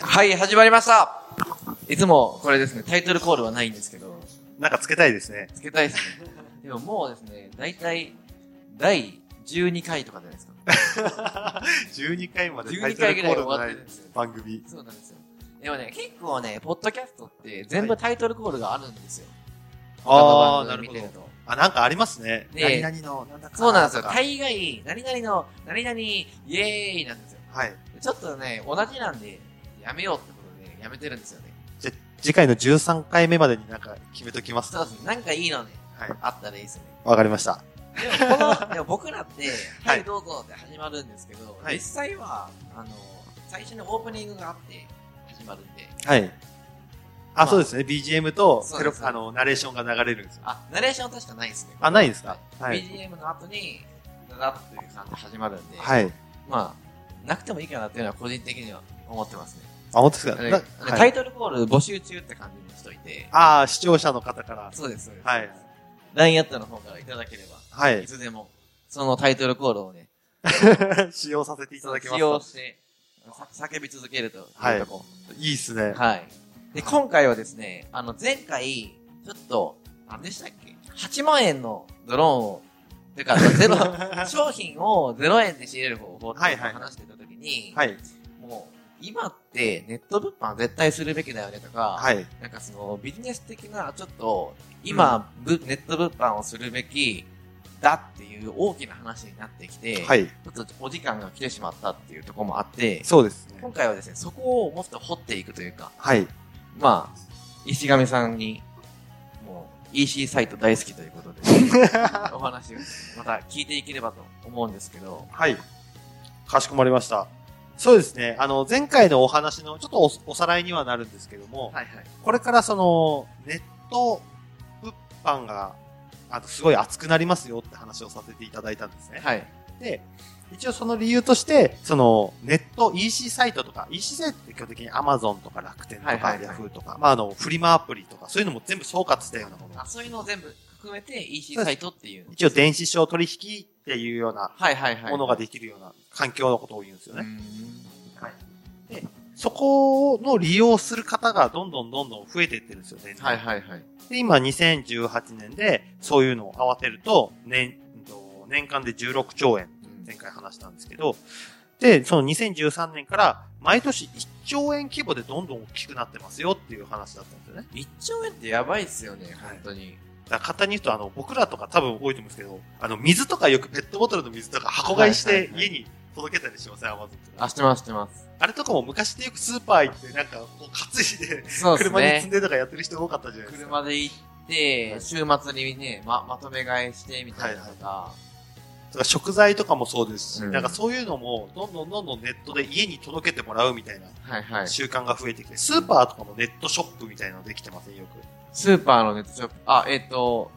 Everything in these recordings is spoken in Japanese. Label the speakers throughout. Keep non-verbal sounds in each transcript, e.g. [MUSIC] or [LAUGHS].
Speaker 1: はい、始まりましたいつもこれですね、タイトルコールはないんですけど、
Speaker 2: なんかつけたいで
Speaker 1: [LAUGHS]
Speaker 2: すね。
Speaker 1: つけたいですね。でももうですね、だいたい第12回とかじゃないですか。
Speaker 2: 12回までタイ
Speaker 1: 12
Speaker 2: ト
Speaker 1: 回
Speaker 2: ル
Speaker 1: ぐらい終
Speaker 2: コールの
Speaker 1: わっ
Speaker 2: な
Speaker 1: て
Speaker 2: い
Speaker 1: るんですよ。
Speaker 2: 番組。
Speaker 1: そうなんですよ。でもね、結構ね、ポッドキャストって全部タイトルコールがあるんですよ。
Speaker 2: あー
Speaker 1: 他の番組見てると。
Speaker 2: あ、なんかありますね。
Speaker 1: ねえ
Speaker 2: 何々の、なんだか
Speaker 1: そうなんですよ。
Speaker 2: とか
Speaker 1: 大概、何々の、何々、イエーイなんですよ。
Speaker 2: はい。
Speaker 1: ちょっとね、同じなんで、やめようってことで、やめてるんですよね。
Speaker 2: じゃ、次回の13回目までになんか決めときます。
Speaker 1: そ
Speaker 2: は
Speaker 1: うですね。なんかいいのね、
Speaker 2: い。
Speaker 1: あったらいいですよね。
Speaker 2: わかりました。
Speaker 1: でも、この、でも僕らって、
Speaker 2: は
Speaker 1: はいい、どうぞって始まるんですけど、
Speaker 2: はい
Speaker 1: 実際は、あの、最初にオープニングがあって、始まるんで、
Speaker 2: はい。あ、
Speaker 1: まあ
Speaker 2: そうですね。BGM と
Speaker 1: そう
Speaker 2: テ
Speaker 1: で
Speaker 2: ロ
Speaker 1: す、
Speaker 2: あの、ナレーションが流れるんですよ。
Speaker 1: あ、ナレーション確かないですね。
Speaker 2: あ、ないですかは。
Speaker 1: はいい。BGM の後に、だだっという感じで始まるんで、
Speaker 2: はい。
Speaker 1: まあ、なくてもいいかなっていうのは個人的には思ってますね。
Speaker 2: あ、本当ですか
Speaker 1: で
Speaker 2: な
Speaker 1: タ
Speaker 2: はい
Speaker 1: イトルコール募集中って感じにしといて、
Speaker 2: あー視聴者の方から。
Speaker 1: そうです、そうです。
Speaker 2: はい。
Speaker 1: LINE アットの方からいただければ、
Speaker 2: はいい。
Speaker 1: つでも、そのタイトルコールをね、
Speaker 2: [LAUGHS] 使用させていただきま
Speaker 1: 使用
Speaker 2: す。
Speaker 1: して、さ叫び続けると。
Speaker 2: はい
Speaker 1: とこ
Speaker 2: いいっすね。
Speaker 1: はい。で、今回はですね、あの、前回、ちょっと、何でしたっけ ?8 万円のドローンを、てか、ゼ
Speaker 2: [LAUGHS]
Speaker 1: ロ、商品を0円で仕入れる方法っていうのを話してた時に、
Speaker 2: はい。
Speaker 1: もう、今ってネット物販は絶対するべきだよねとか、
Speaker 2: はい。
Speaker 1: なんかそのビジネス的な、ちょっと、今、ぶネット物販をするべきだっていう大きな話になってきて、
Speaker 2: はい。
Speaker 1: ちょっとお時間が来てしまったっていうところもあって、
Speaker 2: そうですね。
Speaker 1: 今回はですね、そこをもっと掘っていくというか、
Speaker 2: はい。
Speaker 1: まあ、石上さんに、もう、EC サイト大好きということ
Speaker 2: [LAUGHS]
Speaker 1: で、お話をまた聞いていければと思うんですけど、
Speaker 2: はい。かしこまりました。そうですね。あの、前回のお話の、ちょっとおおさらいにはなるんですけども、
Speaker 1: はいはい。
Speaker 2: これからその、ネット物販が、あの、すごい熱くなりますよって話をさせていただいたんですね。
Speaker 1: はい。
Speaker 2: で、一応その理由として、その、ネット EC サイトとか、EC サイトって基本的に Amazon とか楽天とか
Speaker 1: はいはいはい
Speaker 2: Yahoo とか、まあ、あの、フリマアプリとか、そういうのも全部総括したようなもの
Speaker 1: あ、。そういうのを全部含めて EC サイトっていう。
Speaker 2: 一応、電子商取引っていうような
Speaker 1: はいはいはい。
Speaker 2: ものができるような環境のことを言うんですよね。
Speaker 1: うーん
Speaker 2: そこの利用する方がどんどんどんどん増えていってるんですよね。
Speaker 1: はいはいはい。
Speaker 2: で、今2018年でそういうのを合わせると、年、うんと年間で16兆円、前回話したんですけど、で、その2013年から毎年1兆円規模でどんどん大きくなってますよっていう話だったんですよね。
Speaker 1: 1兆円ってやばいっすよね、
Speaker 2: はい
Speaker 1: 本当に。
Speaker 2: だから簡単に言うと、あの、僕らとか多分覚えてますけど、あの、水とかよくペットボトルの水とか箱買いし
Speaker 1: はいは
Speaker 2: て
Speaker 1: いはい
Speaker 2: 家に届けたりしません、アマゾンと
Speaker 1: あ、
Speaker 2: か。
Speaker 1: してますしてます。
Speaker 2: あれとかも昔ってよくスーパー行ってなんかこう担いで、
Speaker 1: そうです
Speaker 2: 車に積
Speaker 1: ね
Speaker 2: ん。でとかやってる人多かったじゃないですか。
Speaker 1: 車で行って、週末にね、ま、まとめ買いしてみたいなとか、
Speaker 2: とか食材とかもそうですし、
Speaker 1: うん
Speaker 2: なんかそういうのも、どんどんどんどんネットで家に届けてもらうみたいな
Speaker 1: はいはい。
Speaker 2: 習慣が増えてきて、スーパーとかもネットショップみたいなのできてませんよく。
Speaker 1: スーパーのネットショップ、あ、えっ、と、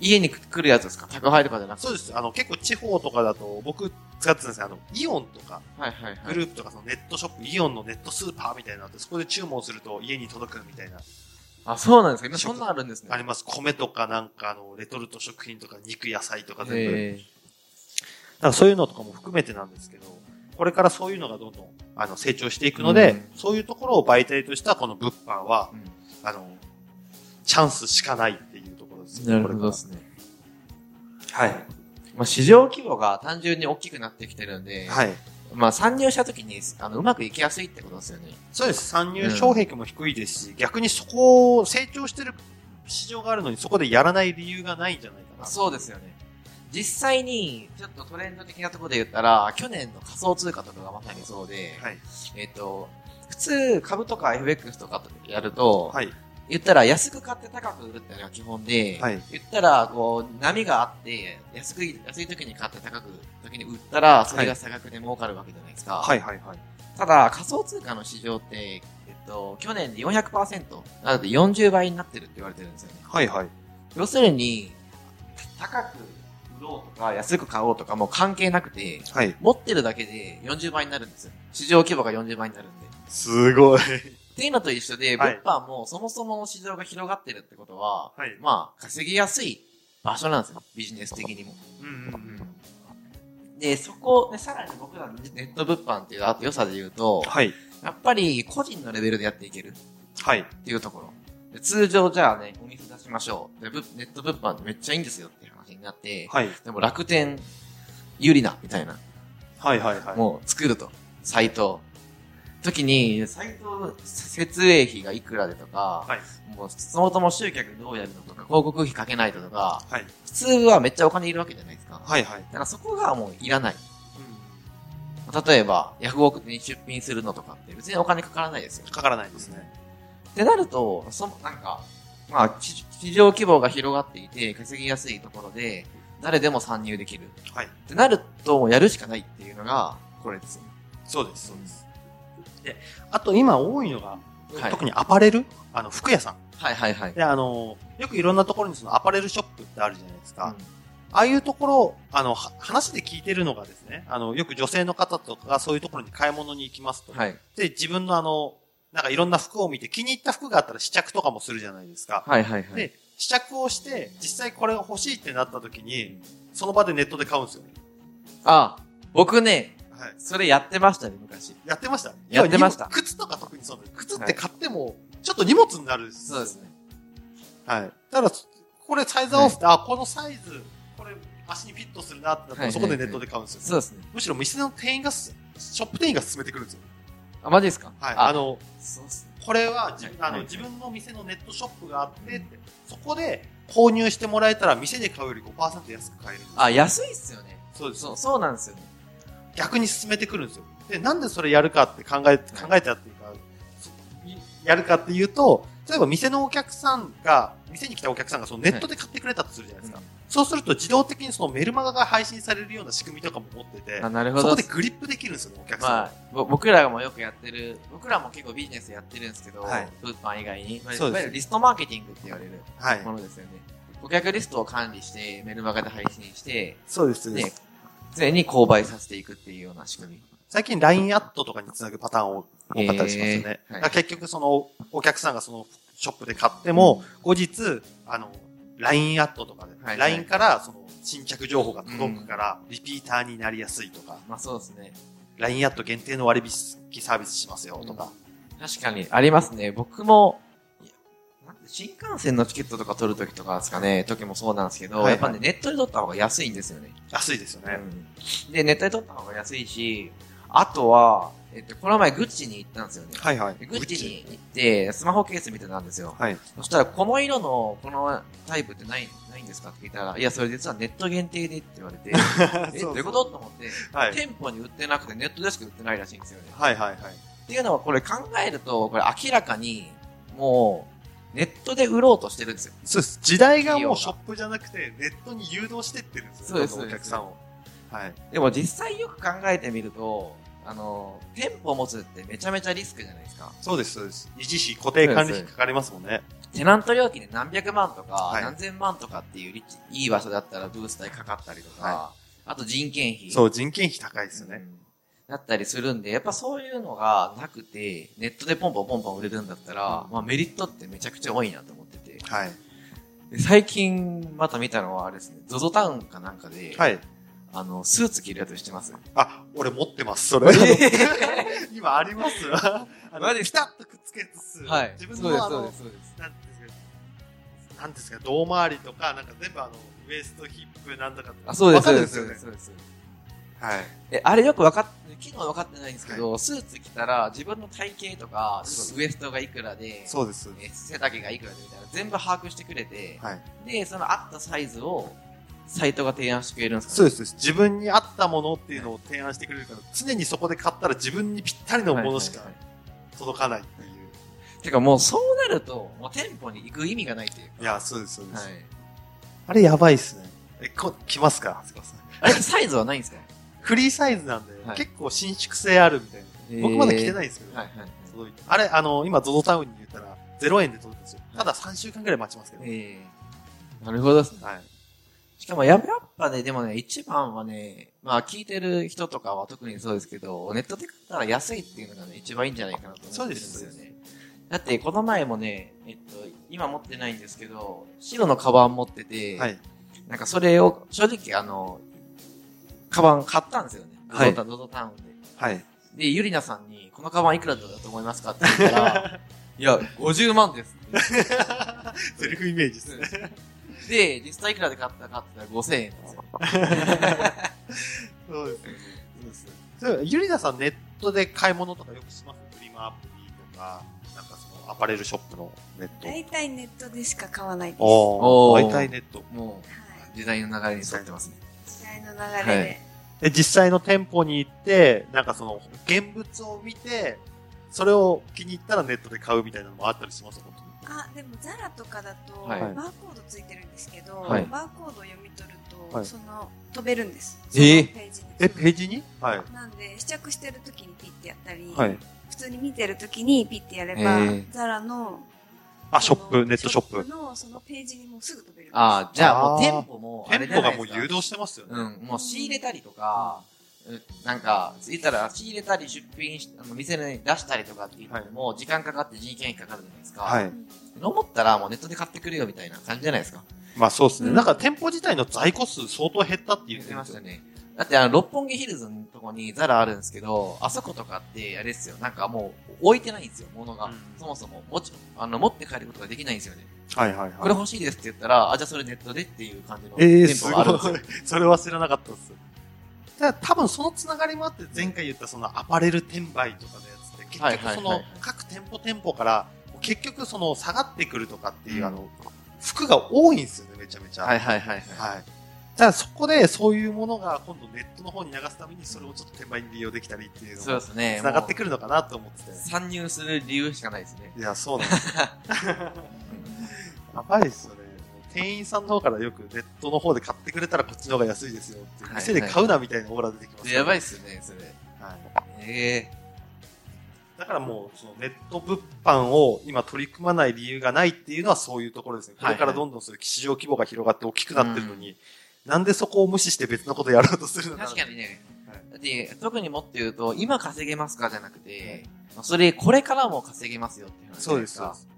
Speaker 1: 家に来るやつですか宅配とかじゃなくて。
Speaker 2: そうです。あの、結構地方とかだと、僕使ってたんですけど、あの、イオンとか、
Speaker 1: はいはいは
Speaker 2: グ
Speaker 1: い。
Speaker 2: ループとか、そのネットショップ、イオンのネットスーパーみたいなのあって、そこで注文すると家に届くみたいな。
Speaker 1: あ、そうなんですか今そんなあるんですね。
Speaker 2: あります。米とかなんか、あの、レトルト食品とか、肉、野菜とか全部。
Speaker 1: え
Speaker 2: だからそういうのとかも含めてなんですけど、これからそういうのがどんどんあの成長していくので、
Speaker 1: うん
Speaker 2: そういうところを媒体としたこの物販は
Speaker 1: ー、うん
Speaker 2: あの、チャンスしかないっていうところですね。
Speaker 1: なるほどで
Speaker 2: こ
Speaker 1: すね。
Speaker 2: れからはい。
Speaker 1: まあ、市場規模が単純に大きくなってきてるんで、
Speaker 2: はい。
Speaker 1: まあ、参入した時に、あの、うまくいきやすいってことですよね。
Speaker 2: そうです。参入障壁も低いですし、逆にそこを成長してる市場があるのにそこでやらない理由がないんじゃないかな。
Speaker 1: そうですよね。実際に、ちょっとトレンド的なところで言ったら、去年の仮想通貨とかがまさにそうで、
Speaker 2: はい。
Speaker 1: えっ、と、普通株とか FX とかやると、
Speaker 2: はい。
Speaker 1: 言ったら安く買って高く売るっていうのが基本で、
Speaker 2: はい
Speaker 1: 言ったらこう波があって安く安い時に買って高く時に売ったらそれが差額で儲かるわけじゃないですか、
Speaker 2: はい。はい。はい。
Speaker 1: ただ仮想通貨の市場って、えっと、去年で400%なので40倍になってるって言われてるんですよね
Speaker 2: はい。はい。
Speaker 1: 要するに高く売ろうとか安く買おうとかもう関係なくて
Speaker 2: はい。
Speaker 1: 持ってるだけで40倍になるんですよ市場規模が40倍になるんでっ
Speaker 2: すごい。
Speaker 1: ていうのと一緒で、
Speaker 2: はい
Speaker 1: 物販もそもそもの市場が広がってるってことは、
Speaker 2: はい。
Speaker 1: まあ、稼ぎやすい場所なんですよ。ビジネス的にも。
Speaker 2: うんうんうん。
Speaker 1: で、そこ、ね、さらに僕らのネット物販っていうあと良さで言うと、
Speaker 2: はい。
Speaker 1: やっぱり個人のレベルでやっていけるっ
Speaker 2: はい。
Speaker 1: ていうところ。で通常じゃあね、お店出しましょう。でぶネット物販ってめっちゃいいんですよっていう話になって、
Speaker 2: はい。
Speaker 1: でも楽天有利な、みたいな。
Speaker 2: はいはいはい。
Speaker 1: もう作ると。サイト。時に、サイト設営費がいくらでとか、
Speaker 2: はい
Speaker 1: もうそもそも集客どうやるのとか、広告費かけないととか、
Speaker 2: はい。
Speaker 1: 普通はめっちゃお金いるわけじゃないですか。
Speaker 2: はいはい。
Speaker 1: だからそこがもういらない。例えば、ヤフオクに出品するのとかって別にお金かからないですよ。
Speaker 2: かからないですね。
Speaker 1: ってなると、その、なんか、まあ、市市場規模が広がっていて、稼ぎやすいところで、誰でも参入できる。
Speaker 2: はい。
Speaker 1: ってなると、もうやるしかないっていうのが、これですよね。
Speaker 2: そうです、そうです。で、あと今多いのが、
Speaker 1: はい
Speaker 2: 特にアパレルあの、服屋さん。
Speaker 1: はいはいはい。
Speaker 2: で、あの、よくいろんなところにそのアパレルショップってあるじゃないですか。
Speaker 1: うん
Speaker 2: ああいうところ、あの、は話で聞いてるのがですね、あの、よく女性の方とかがそういうところに買い物に行きますと。
Speaker 1: はい。
Speaker 2: で、自分のあの、なんかいろんな服を見て気に入った服があったら試着とかもするじゃないですか。
Speaker 1: はいはいはい。
Speaker 2: で、試着をして、実際これが欲しいってなった時に、その場でネットで買うんですよね。
Speaker 1: あ、僕ね、
Speaker 2: はい。
Speaker 1: それやってましたね、昔。
Speaker 2: やってました
Speaker 1: やってました
Speaker 2: 要は荷物靴とか特にそうです。靴って買っても、ちょっと荷物になるんですよ。
Speaker 1: ね。
Speaker 2: はい。ただ、これサイズ合わせて、あ、このサイズ、これ足にフィットするなってなった
Speaker 1: は
Speaker 2: ら、
Speaker 1: い
Speaker 2: そこでネットで買うんですよ。
Speaker 1: そうですね。
Speaker 2: むしろ店の店員がす、ショップ店員が勧めてくるんですよ。
Speaker 1: あ、マジですか
Speaker 2: はい。あ
Speaker 1: あの、
Speaker 2: の、
Speaker 1: そうっすね。
Speaker 2: これは自分、
Speaker 1: はい
Speaker 2: あの、
Speaker 1: はい
Speaker 2: 自分の店のネットショップがあってって、そこで購入してもらえたら、店で買うより5%安く買えるんです。
Speaker 1: あ、安いっすよね。
Speaker 2: そうです。
Speaker 1: そう、そうなんですよね。
Speaker 2: 逆に進めてくるんですよ。で、なんでそれやるかって考え、考えたっていうか、そいやるかっていうと、例えば店のお客さんが、店に来たお客さんがそのネットで買ってくれたとするじゃないですか。そうすると自動的にそのメルマガが配信されるような仕組みとかも持ってて
Speaker 1: あ、、なるほ
Speaker 2: そ
Speaker 1: ど
Speaker 2: こで。グリップできるんですよね、お客さん。
Speaker 1: まあ、ぼ僕らもよくやってる、僕らも結構ビジネスやってるんですけど、
Speaker 2: はい
Speaker 1: 物販以外に、まあい
Speaker 2: そうです
Speaker 1: わゆるリストマーケティングって言われる
Speaker 2: はい
Speaker 1: ものですよね。顧客リストを管理して、メルマガで配信して、
Speaker 2: そうです
Speaker 1: で、常に購買させていくっていうような仕組み。
Speaker 2: 最近 LINE アットとかにつなぐパターン多多かったりしますよね。
Speaker 1: へーはい
Speaker 2: だから結局そのお客さんがそのショップで買っても、後日、あの、LINE アットとかで、
Speaker 1: はい
Speaker 2: LINE からその新着情報が届くから、リピーターになりやすいとか、
Speaker 1: まあそうですね。
Speaker 2: LINE アット限定の割引サービスしますよとか。
Speaker 1: 確かに、ありますね。僕も、いやなんて新幹線のチケットとか取るときとかですかね、時もそうなんですけど、
Speaker 2: はいはい
Speaker 1: やっぱね、ネットで取った方が安いんですよね。
Speaker 2: 安いですよね。
Speaker 1: うんで、ネットで取った方が安いし、あとは、えっと、この前グッチに行ったんですよね。
Speaker 2: はいはい。
Speaker 1: でグッチに行って、スマホケースみたいなんですよ。
Speaker 2: はい。
Speaker 1: そしたら、この色の、このタイプってない、ないんですかって聞いたら、いや、それ実はネット限定でって言われ
Speaker 2: [LAUGHS]
Speaker 1: て、え、どういうことと思って、
Speaker 2: はい。
Speaker 1: 店舗に売ってなくてネットでしか売ってないらしいんですよね。
Speaker 2: はいはいはい。
Speaker 1: っていうのはこれ考えると、これ明らかに、もう、ネットで売ろうとしてるんですよ。
Speaker 2: そうです。時代がもうショップじゃなくて、ネットに誘導してってるんです
Speaker 1: そ
Speaker 2: よね。
Speaker 1: うです
Speaker 2: どんどんお客さんを。はい。
Speaker 1: でも実際よく考えてみると、あの、店舗を持つってめちゃめちゃリスクじゃないですか。
Speaker 2: そうです、そうです。維持費、固定管理費かかりますもんね。
Speaker 1: テナント料金で何百万とか、
Speaker 2: はい
Speaker 1: 何千万とかっていう立地、いい場所だったらブース代かかったりとか、
Speaker 2: は
Speaker 1: あと人件費。
Speaker 2: そう、人件費高いですよね。
Speaker 1: うんだったりするんで、やっぱそういうのがなくて、ネットでポンポンポンポン売れるんだったら、まあメリットってめちゃくちゃ多いなと思ってて。
Speaker 2: はい。
Speaker 1: で最近また見たのはあれですね、ZOZO タウンかなんかで、
Speaker 2: はい。
Speaker 1: あの、スーツ着るやつしてます。
Speaker 2: あ、俺持ってます、それ。 [LAUGHS] 今あ
Speaker 1: [LAUGHS]
Speaker 2: ります。あ
Speaker 1: マ
Speaker 2: の、
Speaker 1: ジ
Speaker 2: ピタッとくっつけつつ、自分のあ
Speaker 1: そうです。
Speaker 2: の、なんていうんですか、なんていうんですか、胴回りとか、なんか全部あの、ウエスト、ヒップ、なんとか
Speaker 1: あ、そうです、
Speaker 2: わか
Speaker 1: そう
Speaker 2: るん
Speaker 1: で、
Speaker 2: です
Speaker 1: そ
Speaker 2: すよ
Speaker 1: う
Speaker 2: ね
Speaker 1: です。。そうです
Speaker 2: はい。
Speaker 1: え、あれよく分かって、機能分かってないんですけど、スーツ着たら自分の体型とか、ウエストがいくらで、
Speaker 2: そうです。
Speaker 1: え背丈がいくらでみたいな、全部把握してくれて、
Speaker 2: はい。
Speaker 1: で、その合ったサイズを、サイトが提案してくれるんです
Speaker 2: そ
Speaker 1: か
Speaker 2: う
Speaker 1: ね
Speaker 2: です。自分に合ったものっていうのを提案してくれるから、常にそこで買ったら自分にぴったりのものしか
Speaker 1: はいはいは
Speaker 2: 届かないっていう。
Speaker 1: いてかもうそうなると、もう店舗に行く意味がないっていうか。
Speaker 2: いや、そうです、そうで
Speaker 1: は
Speaker 2: す。
Speaker 1: い。
Speaker 2: あれやばいっすね。え、こ、来ますかすいません。
Speaker 1: あれ、サイズはないんですか
Speaker 2: フリーサイズなんで、
Speaker 1: はい
Speaker 2: 結構伸縮性あるみたいな。僕まだ着てないんですけど、
Speaker 1: はいはいはい。
Speaker 2: 届いてあれ、あの、今、ZOZO タウンに言ったら、0円で届くんですよ。ただ3週間ぐらい待ちますけど。
Speaker 1: ええなるほどですね。
Speaker 2: はい。
Speaker 1: しかもや、やっぱね、でもね、一番はね、まあ聞いてる人とかは特にそうですけど、ネットで買ったら安いっていうのがね、一番いいんじゃないかなと思ってるんですよ
Speaker 2: そう
Speaker 1: ね。だって、この前もね、えっと、今持ってないんですけど、白のカバン持ってて、
Speaker 2: はい。
Speaker 1: なんかそれを、正直あの、カバン買ったんですよね。
Speaker 2: はい
Speaker 1: ドドタドドタウンで。
Speaker 2: はい。
Speaker 1: で、ゆりなさんに、このカバンいくらだと思いますかって言ったら、いや、50万です。
Speaker 2: セルフイメージですね。
Speaker 1: で、実際いくらで買ったかって言ったら5000円です。
Speaker 2: そうですね。そうゆりなさん、ネットで買い物とかよくしますフリマアプリとか、なんかそのアパレルショップのネット。
Speaker 3: 大体ネットでしか買わないです。は
Speaker 2: お
Speaker 1: お
Speaker 2: ー
Speaker 1: ー
Speaker 2: 大体ネット。
Speaker 1: も、
Speaker 3: いう
Speaker 1: 時代の流れに沿ってますね。
Speaker 3: 時代の流れ
Speaker 2: で、
Speaker 3: で。
Speaker 2: 実際の店舗に行って、なんかその、現物を見て、それを気に入ったらネットで買うみたいなのもあったりします、本当に。
Speaker 3: あ、でもザラとかだと、
Speaker 1: はい
Speaker 3: バーコードついてるんですけど、
Speaker 1: はい
Speaker 3: バーコードを読み取ると、
Speaker 2: はい
Speaker 3: その、飛べるんです。
Speaker 1: えー
Speaker 3: そのページに。
Speaker 2: え、ページにはい。
Speaker 3: なんで、試着してる時にピッてやったり、
Speaker 2: はい。
Speaker 3: 普通に見てる時にピッてやれば、
Speaker 1: えー
Speaker 3: ザラの、
Speaker 2: あ、シ
Speaker 3: そ
Speaker 2: ョ
Speaker 3: の
Speaker 2: ップ、ネットショップ。
Speaker 3: の、そのページにもうすぐ飛べるんです。
Speaker 1: ああ、じゃあも
Speaker 2: あ
Speaker 1: う
Speaker 2: ー
Speaker 1: 店舗も、あれじ
Speaker 2: 店
Speaker 1: ゃ
Speaker 2: 舗
Speaker 1: な
Speaker 2: が
Speaker 1: い
Speaker 2: も
Speaker 1: で
Speaker 2: う
Speaker 1: すか
Speaker 2: 誘導してますよね。
Speaker 1: うん、もう仕入れたりとか、うんなんか、言ったら仕入れたり出品し、あの店に出したりとかっていうのも、時間かかって人件費かかるじゃないですか。
Speaker 2: は
Speaker 3: う
Speaker 2: い。
Speaker 3: ん
Speaker 1: 思ったらもうネットで買ってくるよみたいな感じじゃないですか。
Speaker 2: まあそうですね。
Speaker 3: うん
Speaker 2: なんか店舗自体の在庫数相当減ったって言ってましたね。
Speaker 1: ね。だってあの、六本木ヒルズのとこにザラあるんですけど、あそことかって、あれですよ、なんかもう置いてないんですよ、物が。
Speaker 2: うん
Speaker 1: そもそも、持ち、あの、持って帰ることができないんですよね。
Speaker 2: はいはい
Speaker 1: これ欲しいですって言ったら、あ、じゃあそれネットでっていう感じの
Speaker 2: ええ
Speaker 1: 店
Speaker 2: す
Speaker 1: 舗
Speaker 2: ご
Speaker 1: があるんですよ。
Speaker 2: い。それは知らなかったです。だから多分そのつながりもあって、前回言ったそのアパレル転売とかのやつって、結
Speaker 1: はい
Speaker 2: 局
Speaker 1: はい
Speaker 2: そ
Speaker 1: はい
Speaker 2: の各店舗店舗から、結局その下がってくるとかっていう、あの、服が多いんですよね、めちゃめちゃ。
Speaker 1: はいはいはいはい。
Speaker 2: はい。じゃあそこでそういうものが今度ネットの方に流すためにそれをちょっと転売に利用できたりっていう
Speaker 1: そう
Speaker 2: のが
Speaker 1: ですね。
Speaker 2: 繋がって
Speaker 1: も
Speaker 2: くるのかなと思ってて
Speaker 1: う。参入する理由しかないですね。
Speaker 2: いや、そうな
Speaker 1: [LAUGHS]
Speaker 2: んですよ。やばいですよね。店員さんの方からよくネットの方で買ってくれたらこっちの方が安いですよっていう、
Speaker 1: はい
Speaker 2: 店で買うなみたいなオーラ出てきます、
Speaker 1: やばい
Speaker 2: い、
Speaker 1: っすよね、それ。
Speaker 2: はい。
Speaker 1: ええ
Speaker 2: だからもう、そのネット物販を今取り組まない理由がないっていうのはそういうところですね。こ
Speaker 1: はいは
Speaker 2: れ
Speaker 1: い
Speaker 2: からどんどんそういう市場規模が広がって大きくなってるのに、なんでそこを無視して別のことやろうとするの
Speaker 1: 確かにね
Speaker 2: はい。
Speaker 1: だって、特にもっと言うと、今稼げますかじゃなくて、まあそれ、これからも稼げますよっていう話じゃ
Speaker 2: そう
Speaker 1: ない
Speaker 2: で。
Speaker 1: ですす
Speaker 2: そうで
Speaker 1: か。
Speaker 2: す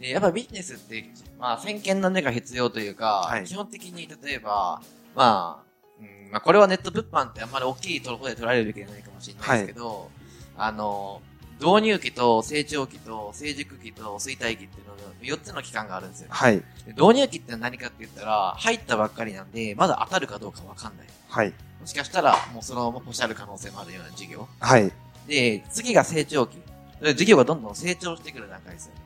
Speaker 1: でやっぱビジネスって、まあ、先見の目が必要というか、
Speaker 2: はい
Speaker 1: 基本的に、例えば、まあ、うんまあ、これはネット物販ってあんまり大きいところで取られるべきじゃないかもしれないですけど、あの、導入期と成長期と成熟期と衰退期っていうのの4つの期間があるんですよ。
Speaker 2: はい。
Speaker 1: で導入期って何かって言ったら、入ったばっかりなんで、まだ当たるかどうかわかんない。
Speaker 2: はい。
Speaker 1: もしかしたら、もうそのままポシャる可能性もあるような事業。
Speaker 2: はい。
Speaker 1: で、次が成長期。事業がどんどん成長してくる段階ですよね。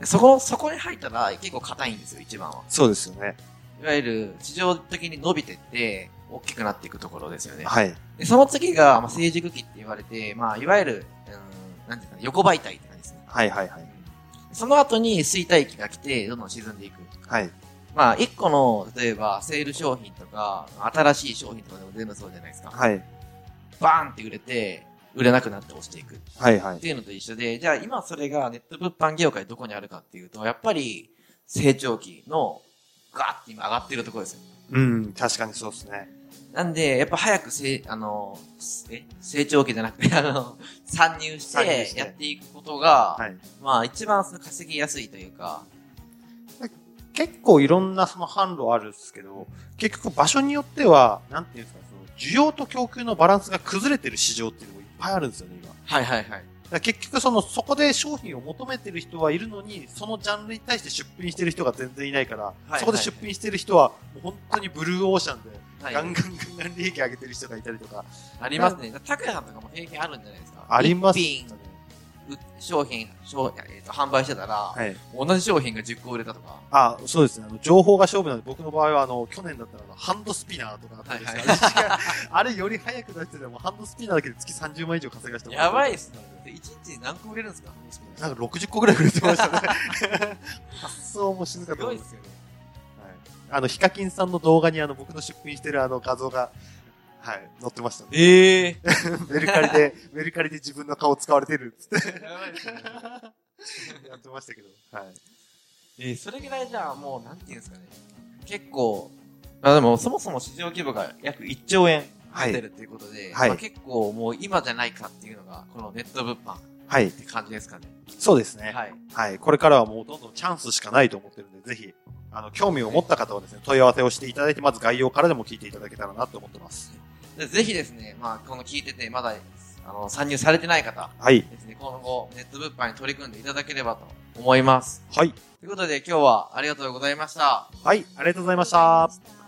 Speaker 1: でそこ、そこに入ったら結構硬いんですよ、一番は。
Speaker 2: そうですよね。
Speaker 1: いわゆる、市場的に伸びてって、大きくなっていくところですよね。
Speaker 2: はい。
Speaker 1: で、その次が、まあ、成熟期って言われて、まあ、いわゆる、うん、なんていうかな、横媒体って感じですね。
Speaker 2: はいはいはい。
Speaker 1: その後に衰退期が来て、どんどん沈んでいく。
Speaker 2: はい。
Speaker 1: まあ、一個の、例えば、セール商品とか、新しい商品とかでも全部そうじゃないですか。
Speaker 2: はい。
Speaker 1: バーンって売れて、売れなくなって落ちていく。
Speaker 2: はいはい
Speaker 1: っ。ていうのと一緒で、じゃあ今それがネット物販業界どこにあるかっていうと、やっぱり成長期のガーって今上がってるところですよ。
Speaker 2: うん、確かにそうですね。
Speaker 1: なんで、やっぱ早くせ、あの、え、成長期じゃなくて、あ [LAUGHS] の、参入し
Speaker 2: 参入
Speaker 1: て
Speaker 2: して
Speaker 1: やっていくことが、
Speaker 2: はい。
Speaker 1: まあ一番その稼ぎやすいというか、
Speaker 2: 結構いろんなその販路あるんですけど、結局場所によっては、なんていうんですか、その需要と供給のバランスが崩れてる市場っていうのもいっぱいあるんですよね、今。だか
Speaker 1: はいはいはい。
Speaker 2: ら結局その、そこで商品を求めてる人はいるのに、そのジャンルに対して出品してる人が全然いないから、
Speaker 1: いはい
Speaker 2: そこで出品してる人は、もう本当にブルーオーシャンで、
Speaker 1: はい
Speaker 2: ガンガンガンガン利益上げてる人がいたりとか、
Speaker 1: ありますね。拓也さんとかも経験あるんじゃないですか。
Speaker 2: ありますよ
Speaker 1: 一
Speaker 2: ね。
Speaker 1: 品、う商品、商えっと販売してたら、
Speaker 2: はい。
Speaker 1: 同じ商品が10個売れたとか。
Speaker 2: あ、そうですね。あの、情報が勝負なんで、僕の場合は、あの、去年だったら、あの、ハンドスピナーとかだったんですよ
Speaker 1: はいは
Speaker 2: [LAUGHS] あれより早く出してても、ハンドスピナーだけで月30万以上稼がしてもらっ
Speaker 1: や
Speaker 2: て
Speaker 1: ばいっすね。1日何個売れるんですか
Speaker 2: なんか60個ぐらい売れてました
Speaker 1: [LAUGHS]
Speaker 2: ね。発想も静か
Speaker 1: す
Speaker 2: だと
Speaker 1: ご
Speaker 2: 思
Speaker 1: い
Speaker 2: い
Speaker 1: っ
Speaker 2: ます。
Speaker 1: すよね。
Speaker 2: はいあの、ヒカキンさんの動画に、あの、僕の出品してるあの画像が、はい、載ってましたね。
Speaker 1: ええ
Speaker 2: メルカリで、メルカリで自分の顔使われてるっつって。 [LAUGHS]
Speaker 1: やばいっすね。
Speaker 2: やってましたけど。はい。
Speaker 1: [LAUGHS] えーそれぐらいじゃあもう、なんていうんですかね。結構、まあでも、そもそも市場規模が約1兆円
Speaker 2: はい
Speaker 1: 出てるっていうことで、
Speaker 2: はい
Speaker 1: まあ、結構もう今じゃないかっていうのが、このネット物販っ
Speaker 2: はい。
Speaker 1: て感じですかね。
Speaker 2: そうですね。
Speaker 1: はい。
Speaker 2: はい。これからはもうどんどんチャンスしかないと思ってるんで、ぜひ、あの、興味を持った方はですね、問い合わせをしていただいて、まず概要からでも聞いていただけたらなと思ってます。
Speaker 1: でぜひですね、まあ、この聞いてて、まだ、あの、参入されてない方
Speaker 2: はい。
Speaker 1: ですね、今後、ネット物販に取り組んでいただければと思います。
Speaker 2: はい。
Speaker 1: ということで、今日はありがとうございました。
Speaker 2: はい。ありがとうございました。
Speaker 3: た。